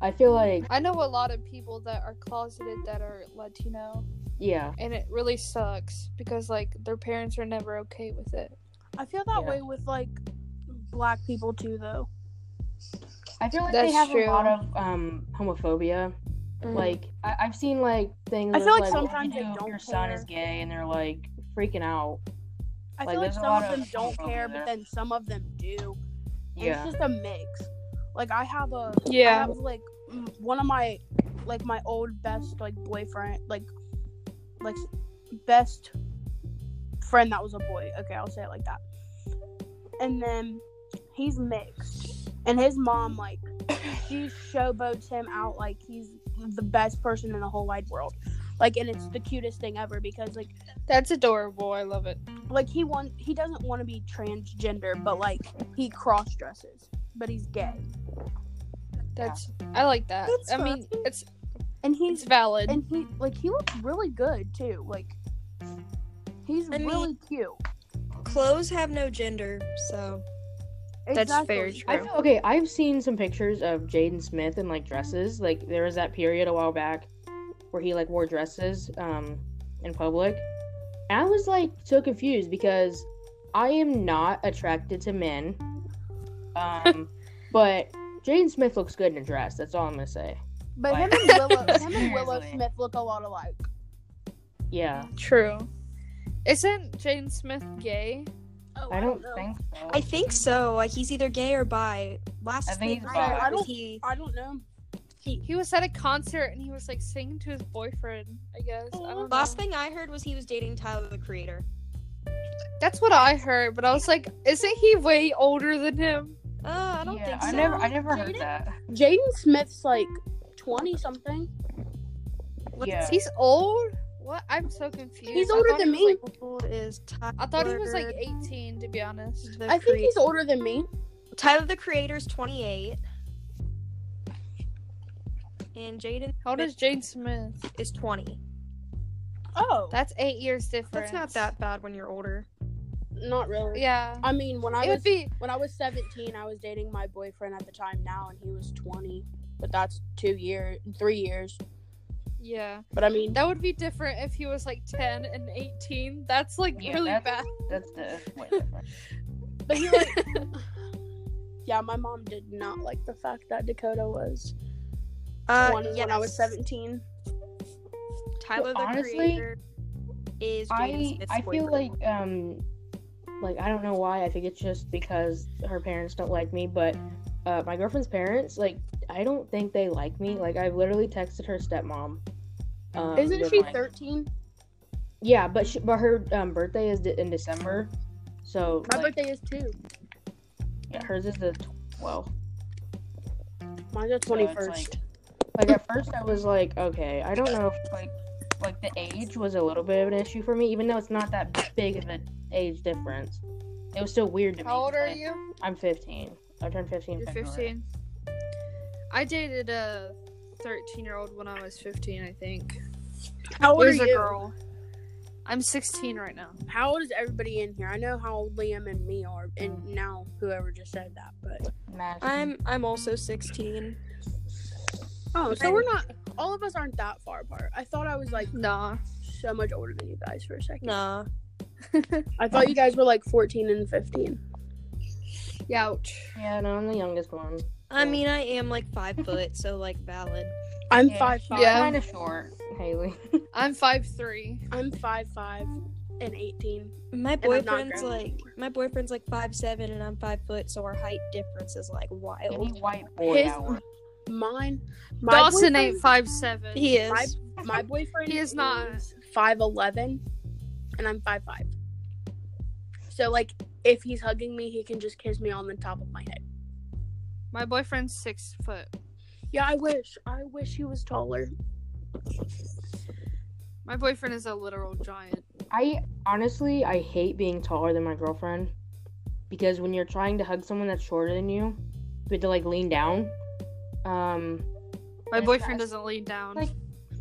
A: I feel like,
E: I know a lot of people that are closeted that are Latino,
A: yeah,
E: and it really sucks because like their parents are never okay with it.
B: I feel that
A: Yeah.
B: way with like black people too, though.
A: I feel like they
E: That's
A: have
E: true.
A: a lot of um, homophobia. Like, I- I've seen like things.
B: Mm-hmm. I feel
A: where
B: like
A: it's what do you
B: sometimes they
A: do if
B: don't
A: your son
B: care.
A: is gay, and they're like freaking out.
B: I
A: Like,
B: feel like
A: there's a
B: some
A: lot
B: of
A: of
B: them don't
A: homophobia
B: care,
A: there.
B: but then some of them do. And
A: Yeah,
B: It's just a mix. Like I have a I
E: yeah,
B: have like mm, one of my like my old best like boyfriend like like best friend that was a boy. Okay, I'll say it like that. And then he's mixed, and his mom like she showboats him out like he's the best person in the whole wide world. Like, and it's the cutest thing ever because like
E: that's adorable. I love it.
B: like he want he doesn't want to be transgender, but like he cross dresses, but he's gay,
E: That's I like that.
B: That's
E: I mean, it's
B: and he's
E: it's valid.
B: and he like he looks really good too. Like he's
D: I mean-
B: really cute.
D: Clothes have no gender, so
E: That's very
A: I
E: true.
A: feel, okay, I've seen some pictures of Jaden Smith in like dresses. Like there was that period a while back where he like wore dresses um in public. And I was like so confused because I am not attracted to men. Um but Jaden Smith looks good in a dress. That's all I'm gonna say.
B: But him
A: Like-
B: and Willow, him and Willow
A: Seriously.
B: Smith look a lot alike.
A: Yeah.
E: True. Isn't Jane Smith gay?
B: Oh,
A: I don't think so.
D: I think so. Like he's either gay or bi. Last
A: I think
D: thing
A: he's
D: I
A: bi.
D: heard
B: I don't-
D: he
B: I don't know.
E: He was at a concert and he was like singing to his boyfriend. I guess I don't know.
D: last thing I heard was he was dating Tyler the Creator.
E: That's what I heard, but I was like, isn't he way older than him?
D: Uh, I don't
A: Yeah,
D: think so.
A: I never I never heard
B: Jaden?
A: that.
B: Jaden Smith's like twenty something.
A: Yeah.
E: He's old. What? I'm so confused.
B: He's
E: I
B: older
E: thought
B: than
E: he was,
B: me.
E: like-
D: is Tyler.
E: I thought he was like 18, to be honest.
D: the
B: I think
D: Creator.
B: he's older than me.
D: Tyler the Creator's 28. and Jaden
E: How old is Jane Smith?
D: is 20.
B: Oh,
E: That's eight years different.
D: That's not that bad when you're older.
B: not really.
E: Yeah.
B: I mean, when I
E: it
B: was
E: would be.
B: when I was 17, I was dating my boyfriend at the time now, and he was 20. But that's two years, three years.
E: Yeah.
B: But I mean,
E: That would be different if he was like 10 and 18. That's like
A: Yeah,
E: really
A: that's-
E: bad.
A: That's the way different.
B: but he like, yeah, my mom did not like the fact that Dakota was
E: Uh,
D: Uh,
B: 20 when I was 17.
D: Tyler the
A: Honestly,
D: Creator is Jaden
A: I
D: Smith's
A: I feel
D: boyfriend.
A: like um like I don't know why. I think it's just because her parents don't like me, but uh, my girlfriend's parents like I don't think they like me. Like I literally texted her stepmom. Um,
B: Isn't
A: with,
B: she
A: like-
B: 13?
A: Yeah, but she, but her um, birthday is de- in December, so
B: My
A: like,
B: birthday is two.
A: yeah, hers is the twelfth.
B: Mine's the
A: So it's
B: 21st.
A: Like, like at first, I was like, okay, I don't know if like like the age was a little bit of an issue for me, even though it's not that big of an age difference. It was still weird to me.
E: How old are
A: Like,
E: you?
A: I'm 15. I turned 15. in
E: You're
A: February.
E: 15. I dated a 13 year old when I was 15, I think.
B: How
E: It
B: old are
E: was
B: you?
E: a girl. I'm 16 right now.
B: How old is everybody in here? I know how old Liam and me are, and now whoever just said that. But
A: Madison.
D: I'm I'm also 16.
B: oh, so
D: I'm-
B: we're not. All of us aren't that far apart. I thought I was like
E: Nah.
B: so much older than you guys for a second.
D: Nah.
B: I thought you guys were like 14 and 15.
E: Youch.
A: Yeah, no, I'm the youngest one.
D: I mean, I am like five foot, so like valid.
B: I'm
A: Yeah,
B: five five.
E: Yeah.
A: Kind of short, Haley.
E: I'm 5'3.
B: I'm five five and 18.
D: My
B: I'm not
D: boyfriend's
B: grown
D: like
B: anymore.
D: my boyfriend's like five seven, and I'm five foot, so our height difference is like
A: Any
D: wild.
A: white boy
B: His-
A: hour.
B: Mine. My
E: Dawson ain't
B: boyfriend-
E: 5'7.
D: He is.
B: My, my boyfriend
E: He is not.
B: five eleven, and I'm five five. So like, if he's hugging me, he can just kiss me on the top of my head.
E: My boyfriend's 6 foot.
B: Yeah, I wish. I wish he was taller.
E: My boyfriend is a literal giant.
A: I honestly, I hate being taller than my girlfriend because when you're trying to hug someone that's shorter than you, you have to like lean down. Um,
E: My
A: That's
E: boyfriend
A: us.
E: doesn't lean down.
A: Like-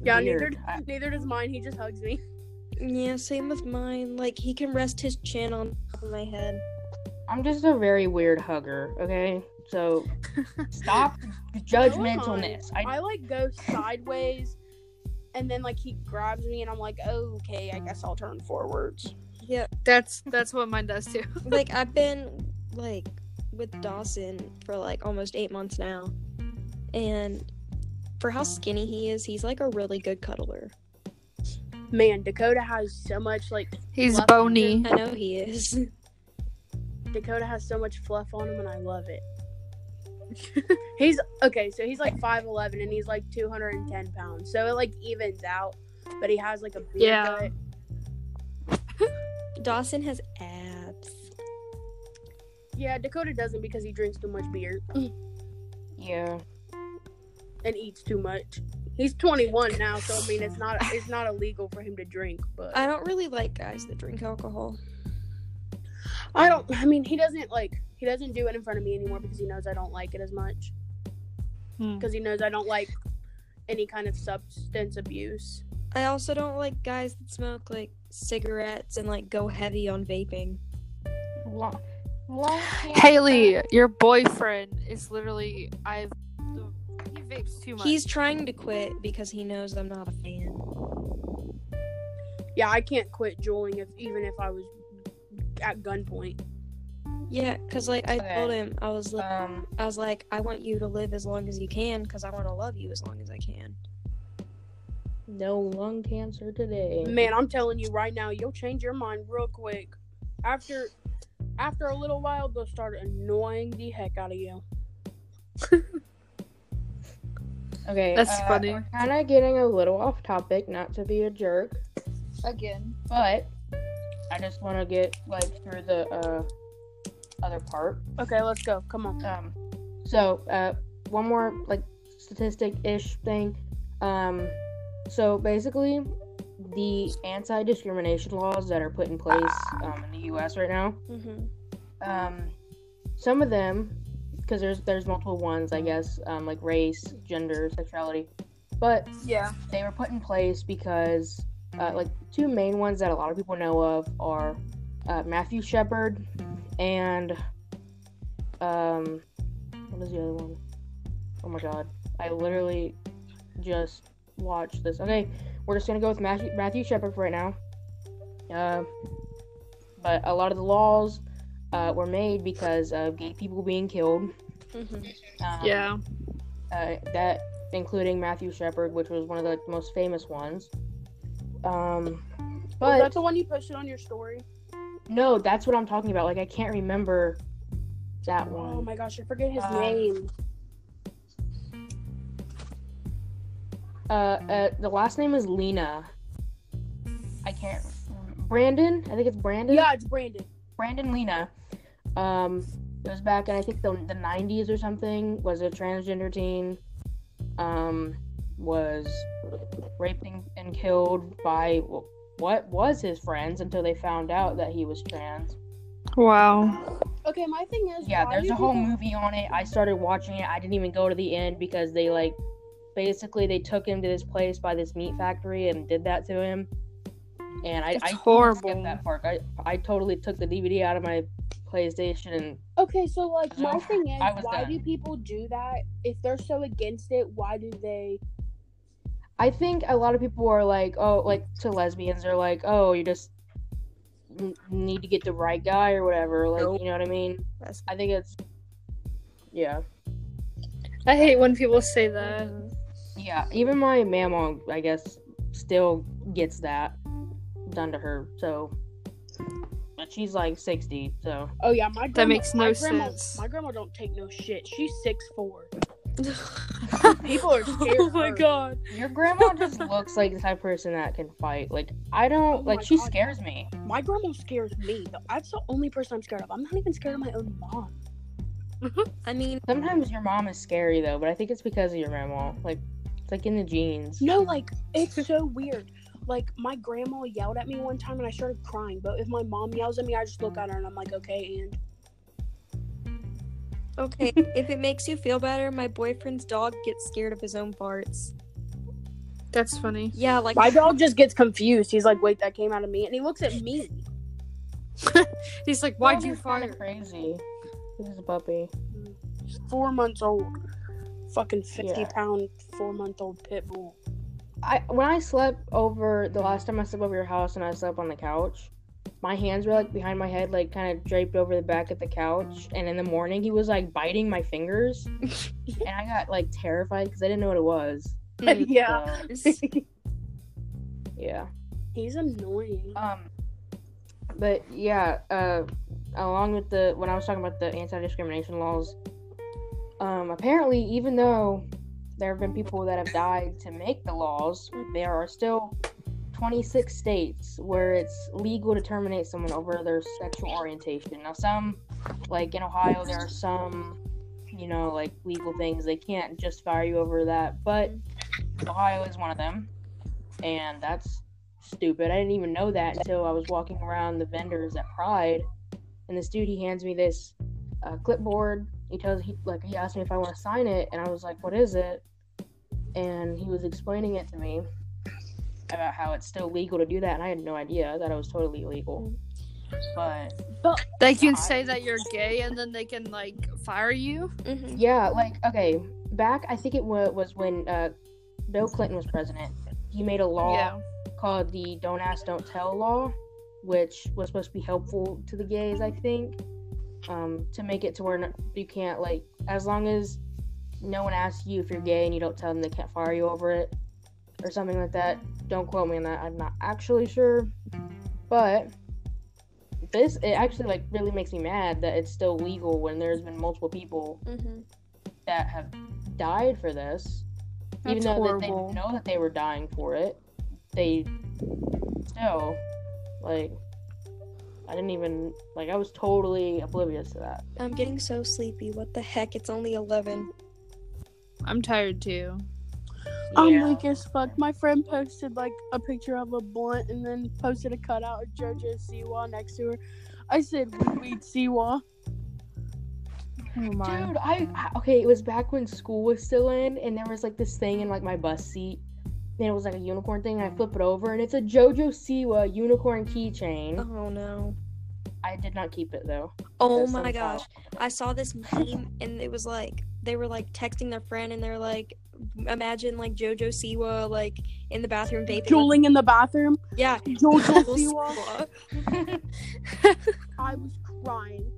B: Yeah,
A: weird.
B: neither
A: I-
B: neither does mine. He just hugs me.
D: Yeah, same with mine. Like he can rest his chin on top of my head.
A: I'm just a very weird hugger. Okay, so stop the judgmentalness. I
B: I like go sideways, and then like he grabs me, and I'm like, okay, I guess I'll turn forwards.
D: Yeah,
E: that's that's what mine does too.
D: like I've been like with Dawson for like almost eight months now, and for how skinny he is, he's like a really good cuddler.
B: Man, Dakota has so much like
E: He's
B: Love
E: bony.
D: I know he is.
B: Dakota has so much fluff on him, and I love it. he's okay, so he's like five eleven, and he's like two hundred and ten pounds, so it like evens out. But he has like a beer
E: Yeah.
B: gut.
D: Dawson has abs.
B: yeah. Dakota doesn't because he drinks too much beer
A: yeah,
B: and eats too much. He's twenty one now, so I mean it's not it's not illegal for him to drink, but
D: I don't really like guys that drink alcohol.
B: I don't. I mean, he doesn't like. He doesn't do it in front of me anymore because he knows I don't like it as much.
E: Hmm.
B: Because he knows I don't like any kind of substance abuse.
D: I also don't like guys that smoke like cigarettes and like go heavy on vaping.
A: long, long
E: Haley, your boyfriend is literally I've he vapes too much.
D: He's trying to quit because he knows I'm not a fan.
B: Yeah, I can't quit dueling if even if I was at gunpoint.
D: Yeah, cause like I
A: Okay.
D: told him, I was like,
A: Um,
D: I was like, I want you to live as long as you can, cause I want to love you as long as I can.
A: no lung cancer today.
B: Man, I'm telling you right now, you'll change your mind real quick. After after a little while, they'll start annoying the heck out of you.
A: Okay,
E: That's
A: uh,
E: funny.
A: We're kind of getting a little off topic, not to be a jerk,
E: again.
A: but I just want to get like through the uh, other part.
B: Okay, let's go. Come on.
A: Um, so uh, one more like statistic ish thing. Um, so basically, the anti discrimination laws that are put in place um, in the U.S. right now,
D: Mm-hmm.
A: um, some of them, because there's there's multiple ones, I guess, um, like race, gender, sexuality. but
B: Yeah.
A: they were put in place because uh, like two main ones that a lot of people know of are uh, Matthew Shepard and um what is the other one? Oh my god. I literally just watched this. Okay, we're just gonna go with Matthew, Matthew Shepard for right now. Uh, but a lot of the laws uh, were made because of gay people being killed. Um,
E: yeah.
A: uh, that including Matthew Shepard, which was one of the like, most famous ones. Um,
B: But
A: but
B: that's the one you posted on your story.
A: no, that's what I'm talking about. Like I can't remember that one.
B: Oh my gosh, I forget his
A: Uh,
B: name.
A: uh, uh, the last name is Lena. I can't. remember. Brandon, I think it's Brandon.
B: Yeah, it's Brandon.
A: Brandon Lena. Um, it was back in I think the the '90s or something. Was a transgender teen. Um, was raped and, and killed by wh- what was his friends until they found out that he was trans.
E: Wow.
B: Okay, my thing is
A: Yeah,
B: why
A: there's
B: do
A: a whole
B: people-
A: movie on it. I started watching it. I didn't even go to the end because they like basically they took him to this place by this meat factory and did that to him. And I,
E: That's
A: I totally
E: horrible.
A: skipped that part. I, I totally took the DVD out of my PlayStation and
B: Okay, so like my thing is
A: I was
B: why
A: done.
B: do people do that? If they're so against it, why do they
A: I think a lot of people are like, oh, like to lesbians are like, oh, you just n- need to get the right guy or whatever. Like, you know what I mean?
D: That's-
A: I think it's, yeah,
E: I hate when people say that.
A: yeah. Even my mama, I guess, still gets that done to her. So, but she's like sixty. So
B: Oh yeah, my grandma,
E: makes no
B: my grandma,
E: sense.
B: My grandma don't take no shit. She's six four. People are scared.
D: oh
B: of
D: my
B: her.
D: god.
A: your grandma just looks like the type of person that can fight. Like I don't
B: Oh my
A: like she
B: God.
A: scares me.
B: My grandma scares me. though. That's the only person I'm scared of. I'm not even scared of my own mom.
D: I mean,
A: Sometimes your mom is scary though, but I think it's because of your grandma. Like it's like in the genes.
B: No, like it's so weird. Like my grandma yelled at me one time and I started crying. But if my mom yells at me, I just look at her and I'm like, okay. And
D: okay. if it makes you feel better, my boyfriend's dog gets scared of his own farts.
E: That's funny.
D: Yeah, like
B: my dog just gets confused. He's like, wait, that came out of me, and he looks at me.
E: He's like, why'd
A: Dog
E: you
A: is kinda
E: fire?
A: Crazy. This is a puppy.
B: He's four months old, fucking fifty
A: Yeah.
B: pound four month old pit bull.
A: I when I slept over the last time I slept over your house and I slept on the couch, my hands were like behind my head, like kind of draped over the back of the couch. And in the morning, he was like biting my fingers, and I got like terrified because I didn't know what it was.
E: Mm.
B: yeah,
A: So, yeah.
B: he's annoying.
A: Um, but yeah, uh, along with the when I was talking about the anti-discrimination laws, um, apparently even though there have been people that have died to make the laws, there are still 26 states where it's legal to terminate someone over their sexual orientation. Now, some like in Ohio, there are some you know like legal things they can't just fire you over that, but Ohio is one of them, and that's stupid. I didn't even know that until I was walking around the vendors at Pride, and this dude he hands me this uh, clipboard. He tells he like he asked me if I want to sign it, and I was like, "What is it?" And he was explaining it to me about how it's still legal to do that, and I had no idea. I thought it was totally illegal, but
E: They can say that you're gay and then they can like fire you.
D: mhm.
A: Yeah, like okay, back I think it wa- was when uh, Bill Clinton was president. He made a law
E: Yeah.
A: called the "Don't Ask, Don't Tell" law, which was supposed to be helpful to the gays, I think, um, to make it to where no- you can't like, as long as no one asks you if you're gay and you don't tell them, they can't fire you over it, or something like that. Don't quote me on that. I'm not actually sure, but this it actually like really makes me mad that it's still legal when there's been multiple people
D: Mhm.
A: that have died for this, even
E: That's
A: though
E: horrible.
A: that they know that they were dying for it, they still like. I didn't even like. I was totally oblivious to that.
D: I'm getting so sleepy. What the heck? It's only 11.
E: I'm tired too. Oh
B: I'm
A: Yeah.
B: weak as fuck. My friend posted like a picture of a blunt and then posted a cutout of JoJo Siwa next to her. I said, "Weed Siwa."
C: Oh my.
A: Dude, I I- okay. It was back when school was still in, and there was like this thing in like my bus seat, and it was like a unicorn thing. And I flip it over, and it's a JoJo Siwa unicorn keychain.
B: Mm-hmm.
D: Oh no.
A: I did not keep it though.
D: Oh
A: That's
D: my
A: some
D: gosh.
A: foul.
D: I saw this meme and it was like they were like texting their friend and they're like imagine like Jojo Siwa like in the bathroom vaping.
B: Juling in the bathroom.
D: yeah.
B: Jojo
D: Joel
B: Siwa.
D: Siwa.
B: I was crying.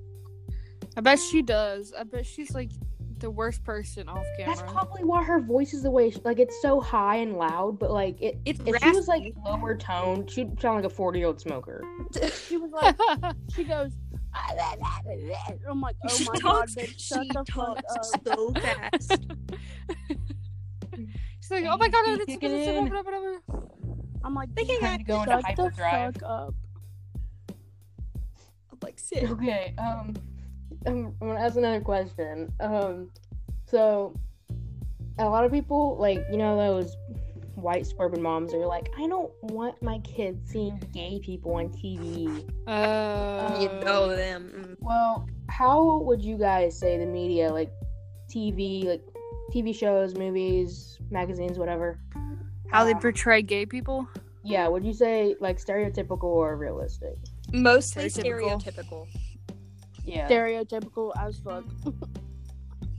E: I bet she does. I bet she's like the worst person off camera.
A: That's probably why her voice is the way she, like it's so high and loud, but like it.
D: It's
A: If she was like
D: raspy.
A: lower toned, she'd sound like a forty year old smoker.
B: She was like, she goes. I'm like, oh
D: she
B: my
D: talks,
B: god, bitch, shut
D: she
B: the fuck up.
D: talks so fast.
E: she's like, oh my god, it's, it's,
A: Get in.
B: I'm like,
D: They can't
B: shut
A: Time to go into
B: the
A: hyperdrive.
B: fuck up.
D: like sit.
A: Okay. Um, I'm I'm gonna ask another question. Um, so a lot of people like you know those white suburban moms are like, I don't want my kids seeing gay people on TV.
E: Uh,
D: You know
B: Mm,
D: them.
A: Well, how would you guys say the media, like TV, like TV shows, movies, magazines, whatever?
E: how they
A: um,
E: portray gay people.
A: Yeah, would you say like stereotypical or realistic?
D: Mostly
E: Stereotypical.
D: stereotypical.
A: Yeah.
B: Stereotypical as fuck.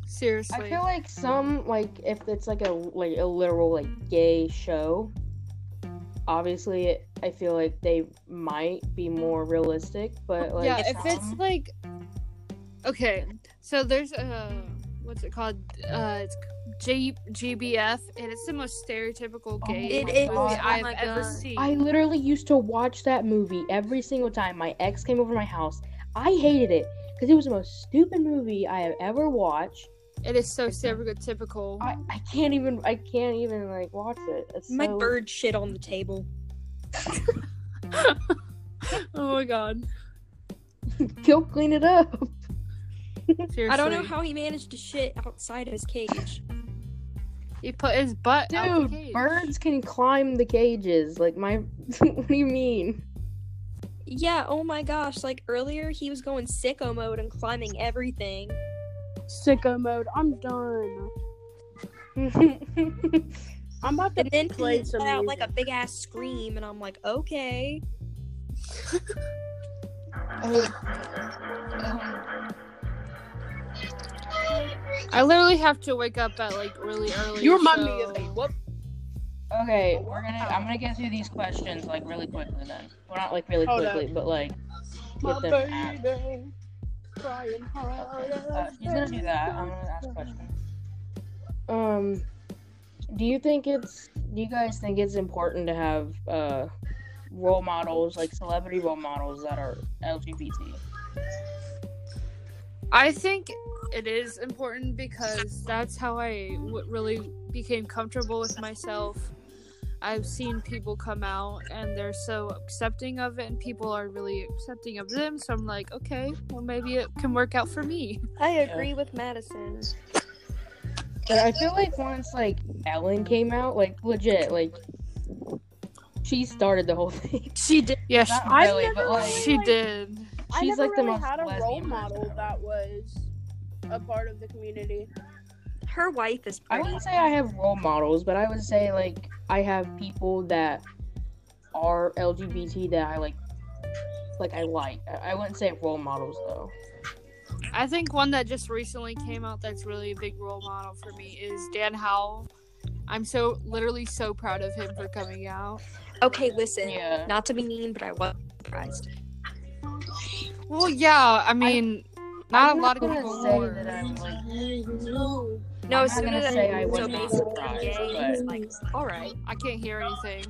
E: Seriously.
A: I feel like some like if it's like a like a literal like gay show, obviously it, I feel like they might be more realistic, but like
E: yeah, if it's
A: some-
E: like okay, so there's a what's it called? Uh, it's G- GBF, and it's the most stereotypical
A: Oh
E: gay
A: my
E: movie
A: God. Oh
E: I've
D: my
E: ever
D: God.
E: seen.
A: I literally used to watch that movie every single time my ex came over to my house. I hated it because it was the most stupid movie I have ever watched.
E: It is so stereotypical.
A: I, I can't even I can't even like watch it. It's
D: My
A: so-
D: bird shit on the table.
E: oh my god!
A: Go clean it up.
E: Seriously.
D: I don't know how he managed to shit outside of his cage.
E: he put his butt out the
A: Dude,
E: cage.
A: birds can climb the cages. Like my what do you mean?
D: Yeah, oh my gosh. Like earlier, he was going sicko mode and climbing everything.
B: Sicko mode. I'm done. I'm about to
D: And then he
B: play
D: let
B: some
D: out like a
B: music.
D: big ass scream, and I'm like, okay.
E: I literally have to wake up at like really early.
B: Your
E: so...
B: mommy is a whoop.
A: Okay, we're gonna. I'm gonna get through these questions like really quickly. Then, well, not like really
B: Hold
A: quickly, but like
B: My
A: get them. out.
B: baby. Crying hard.
A: Uh, she's gonna do that. I'm gonna ask questions. Um, do you think it's? Do you guys think it's important to have uh role models like celebrity role models that are LGBT?
E: I think it is important because that's how I w- really became comfortable with myself. I've seen people come out and they're so accepting of it, and people are really accepting of them. So I'm like, okay, well, maybe it can work out for me.
D: I
A: agree
D: with Madison.
A: But I feel like once like Ellen came out, like legit, like she started the whole thing.
E: She did. Yeah, she,
A: Not
B: I've
A: really, but
B: never
A: like
B: really-
E: she did.
B: I
A: she's
B: never
A: like the
B: really
A: most
B: had a role
A: lesbian
B: model
A: person.
B: that was a part of the community.
D: Her wife is
A: I
D: pretty.
A: wouldn't say I have role models, but I would say like I have people that are LGBT that I like, like I like. I I wouldn't say role models though.
E: I think one that just recently came out that's really a big role model for me is Dan Howell. I'm so literally so proud of him for coming out.
D: Okay, listen.
A: Yeah.
D: Not to be mean, but I was surprised.
E: Well, yeah, I mean, not a
A: I'm
E: lot of
A: gonna
E: people
A: say
E: were.
A: that I'm like.
D: No,
A: I'm not
D: as soon
A: gonna
D: as I
A: say I
D: heard so
A: wasn't
D: basically
A: surprised,
D: gay, I was like, all right.
E: I can't hear anything.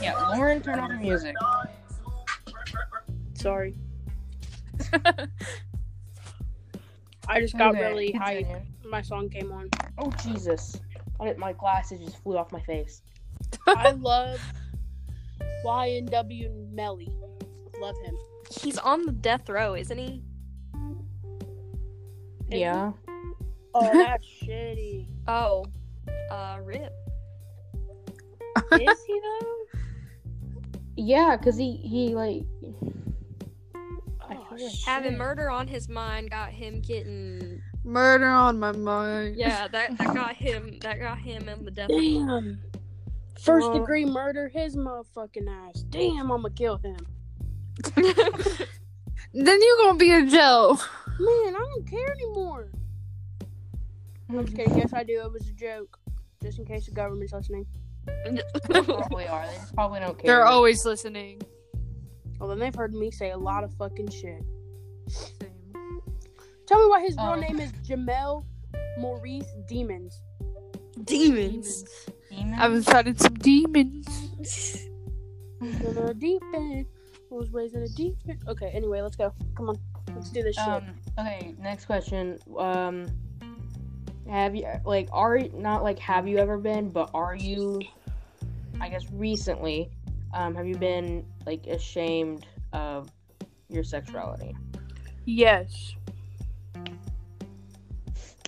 A: Yeah, Lauren, turn off your music.
B: Sorry. I just got
A: Okay,
B: really hyped.
A: continue.
B: My song came on.
A: Oh Jesus! I did, my glasses just flew off my face.
B: I love YNW Melly. Love him.
D: He's on the death row, isn't he?
A: Yeah.
B: Oh, that's shitty.
D: Oh, uh, rip.
B: Is he though?
A: Yeah, cause he he like. I
B: Oh,
A: feel like-
D: Having murder on his mind got him getting
E: Murder on my mind.
D: Yeah, that, that got him. That got him in the death. penalty.
B: Damn. First
D: Well-
B: degree murder his motherfucking ass. Damn, I'ma kill him.
E: Then you gonna be in jail.
B: Man, I don't care anymore. I'm just kidding. Yes, I do. It was a joke. Just in case the government's listening.
A: probably are. They just probably don't care.
E: They're always listening.
B: Well, then they've heard me say a lot of fucking shit.
E: Same.
B: Tell me why his real
A: Um.
B: name is Jamel Maurice Demons.
D: Demons.
A: Demons?
E: I've fighting some demons.
B: In a deep end. Was raised in a deep end. Okay, anyway, let's go. Come on. Let's do this shit.
A: Um, okay, next question. Um, have you like are you- not like have you ever been, but are you? I guess recently, um, have you been like ashamed of your sexuality?
B: yes.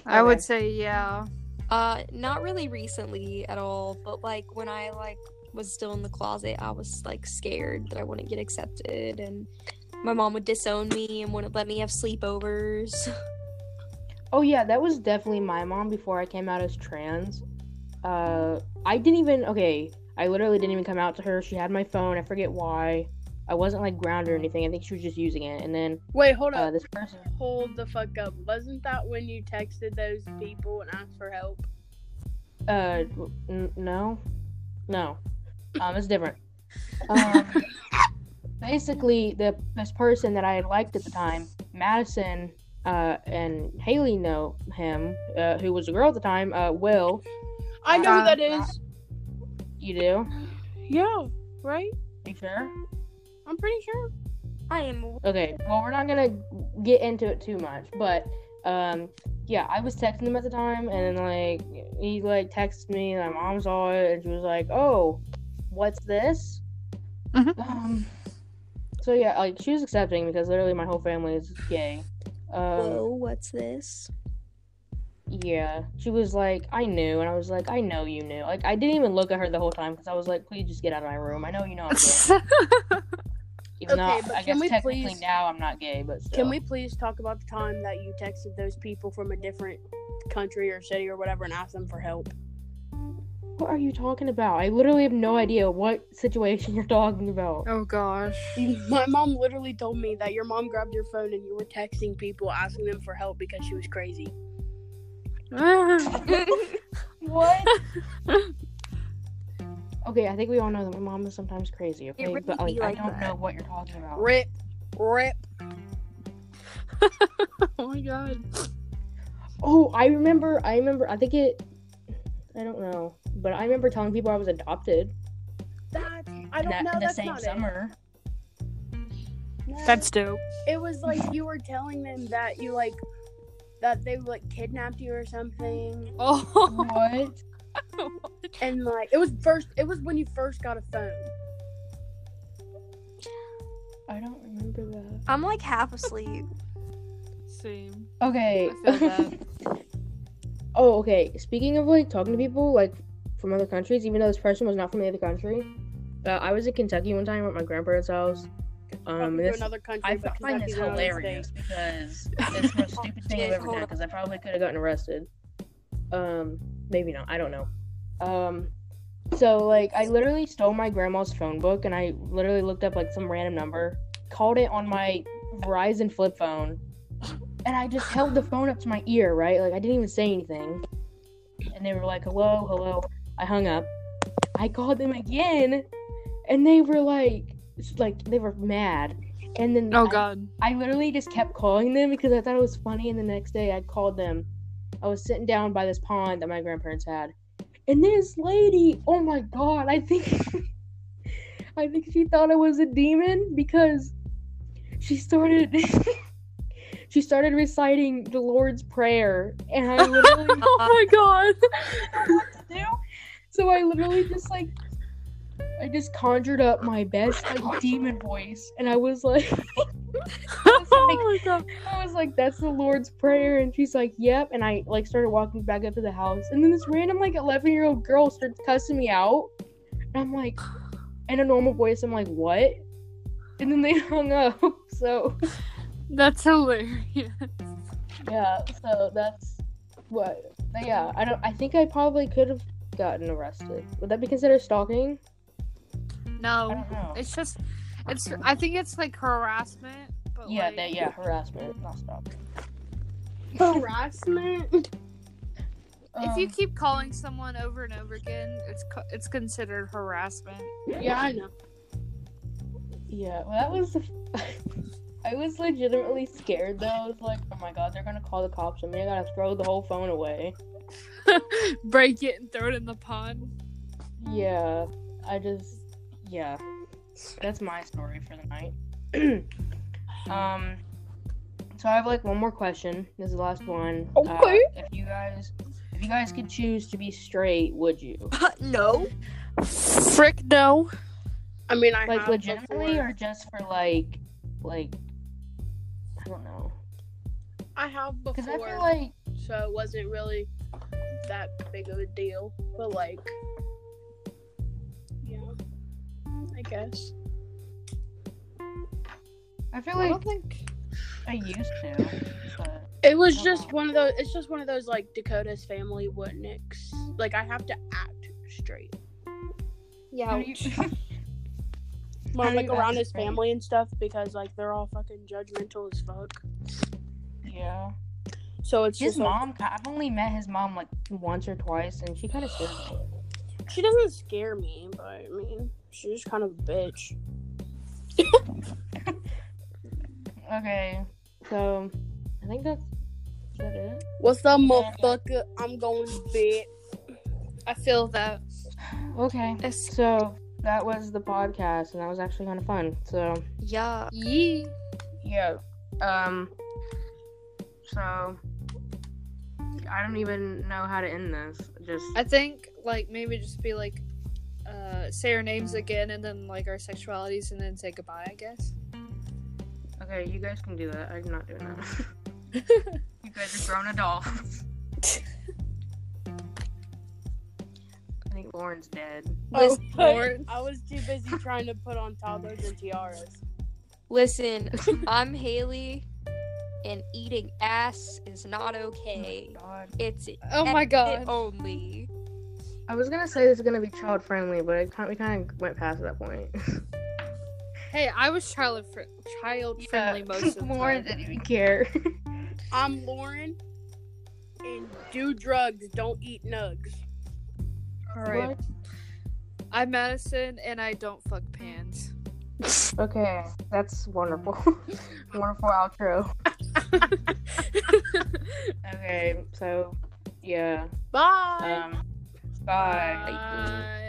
E: I
A: Okay.
E: would say yeah.
D: Uh, not really recently at all, but like when I like was still in the closet, I was like scared that I wouldn't get accepted, and my mom would disown me and wouldn't let me have sleepovers.
A: Oh yeah, that was definitely my mom before I came out as trans. Uh, I didn't even okay. I literally didn't even come out to her. She had my phone. I forget why. I wasn't like grounded or anything. I think she was just using it. And then
B: Wait, hold
A: uh,
B: up.
A: this person.
B: hold the fuck up. Wasn't that when you texted those people and asked for help?
A: Uh, w- n- no, no. Um, it's different. Um, basically, the this person that I had liked at the time, Madison, uh, and Haley know him, uh, who was a girl at the time. Uh, Will,
B: I know who
E: Uh,
B: that is.
A: you do?
B: Yeah, right?
A: You sure?
B: I'm pretty sure.
D: I am.
A: Okay. Well, we're not gonna get into it too much, but um, yeah, I was texting him at the time, and like he like texted me, and my mom saw it, and she was like, "Oh, what's this?"
E: Mhm.
B: Mm-hmm.
A: Um, so yeah, like she was accepting because literally my whole family is gay. Um,
D: Whoa, what's this?
A: yeah, she was like, "I knew," and I was like, "I know you knew." Like I didn't even look at her the whole time because I was like, "Please just get out of my room. I know you know I'm gay." Even
B: Okay,
A: though
B: but
A: I
B: can
A: guess
B: we
A: technically
B: please-
A: now I'm not gay, but still.
B: Can we please talk about the time that you texted those people from a different country or city or whatever and asked them for help?
A: What are you talking about? I literally have no idea what situation you're talking about.
E: Oh gosh.
B: My mom literally told me that your mom grabbed your phone and you were texting people asking them for help because she was crazy.
E: Oh,
A: What? okay, I think we all know that my mom is sometimes crazy, okay?
D: really
A: but like,
D: be like
A: I don't
D: that.
A: know what you're talking about.
B: Rip, rip.
E: oh my god.
A: Oh, I remember. I remember. I think it. I don't know, but I remember telling people I was adopted.
B: That I
A: in
B: don't
A: that,
B: know.
A: in the
B: that's
A: same
B: not
A: summer.
B: It. No.
E: dope.
B: It was like you were telling them that you like that they like kidnapped you or something,
E: Oh.
A: What?
B: and like it was first. It was when you first got a phone.
A: I don't remember that.
D: I'm like half asleep.
E: Same.
A: Okay.
E: I feel that.
A: Oh, okay. Speaking of like talking to people like from other countries, even though this person was not from the other country, uh, I was in Kentucky one time at my grandparents' house. Um,
B: Probably
A: and
B: to
A: this,
B: another country.
A: I
B: but
A: find
B: Kentucky's
A: this
B: not on the
A: hilarious
B: state.
A: because it's the most stupid thing I've
D: Shit,
A: ever
D: hold
A: done.
D: up.
A: Because I probably could have gotten arrested. Um, maybe not. I don't know. Um, so like I literally stole my grandma's phone book and I literally looked up like some random number, called it on my Verizon flip phone, and I just held the phone up to my ear, right? Like I didn't even say anything. And they were like, "Hello, hello." I hung up. I called them again, and they were like, like they were mad. And then
E: Oh
A: I-
E: god.
A: I literally just kept calling them because I thought it was funny. And the next day, I called them. I was sitting down by this pond that my grandparents had, and this lady, oh my god, I think, I think she thought I was a demon because she started, she started reciting the Lord's Prayer, and I literally
E: Oh
A: do. So I literally just like I just conjured up my best like demon voice and I was like
E: my god. oh my god.
A: I was like that's the Lord's prayer and she's like yep and I like started walking back up to the house and then this random like 11 year old girl starts cussing me out and I'm like in a normal voice I'm like what and then they hung up so
E: That's hilarious.
A: yeah, so that's what. but Yeah, I don't. I think I probably could have gotten arrested. Would that be considered stalking? I
E: No,
A: don't know.
E: it's just, it's. I think it's like harassment. But
A: yeah,
E: like,
A: that, yeah, harassment, not stalking.
B: Harassment.
E: If
A: Um,
E: you keep calling someone over and over again, it's co- it's considered harassment.
B: Yeah, I know.
A: Yeah, well, that was. The f- I was legitimately scared though. I was like, oh my god, they're gonna call the cops on me. I gotta throw the whole phone away.
E: Break it and throw it in the pond.
A: Yeah, I just. Yeah. That's my story for the night. um. So I have like one more question. This is the last one. Uh,
D: Okay.
A: if you guys, if you guys could choose to be straight, would you?
D: Uh, no.
E: Frick no.
B: I mean, I
A: Like
B: have
A: legitimately,
B: before.
A: or just for like, like, I don't know.
B: I have
A: Because
B: before,
A: I feel like
B: so it wasn't really that big of a deal. But like, yeah, I guess.
A: I feel
E: I
A: like
E: don't think.
A: I used to, but
B: It was
A: Oh.
B: just one of those. It's just one of those like Dakota's family wouldn't. Ex- like I have to act straight,
D: Yeah.
B: Well,
A: do
B: like
A: you act
B: around his
A: straight?
B: family and stuff, because like they're all fucking judgmental as fuck.
A: yeah.
B: So it's
A: His
B: just like-
A: mom, ki- I've only met his mom like once or twice, and she kind of scares me.
B: she doesn't scare me, but I mean, she's just kind of a bitch.
A: Okay, so I think that's is that it.
B: What's up, motherfucker? I'm going big.
E: I feel that.
A: Okay,
E: It's,
A: so that was the podcast, and that was actually kind of fun. So
D: Yeah.
E: yee.
A: yeah, um, so I don't even know how to end this. Just
E: I think like maybe just be like, uh, say our names again and then like our sexualities and then say goodbye. I guess.
A: okay, you guys can do that. I'm not doing that. you guys are grown adults. I think Lauren's dead.
B: Oh,
E: Lord.
B: I was too busy trying to put on toddlers and tiaras.
D: Listen, I'm Haley, and eating ass is not okay.
A: God.
D: It's
E: Oh my
D: exit
E: god.
D: Only.
A: I was gonna say this is gonna be child friendly, but it kind we kind of went past that point.
E: Hey, I was child fr- child friendly most of the
A: Lauren
E: time.
A: didn't even care.
B: I'm Lauren, and do drugs, don't eat nugs.
E: All right. I'm Madison and I don't fuck pans.
A: Okay, that's wonderful. wonderful outro. okay, so yeah.
B: Bye.
A: Um, Uh, bye.
E: Bye.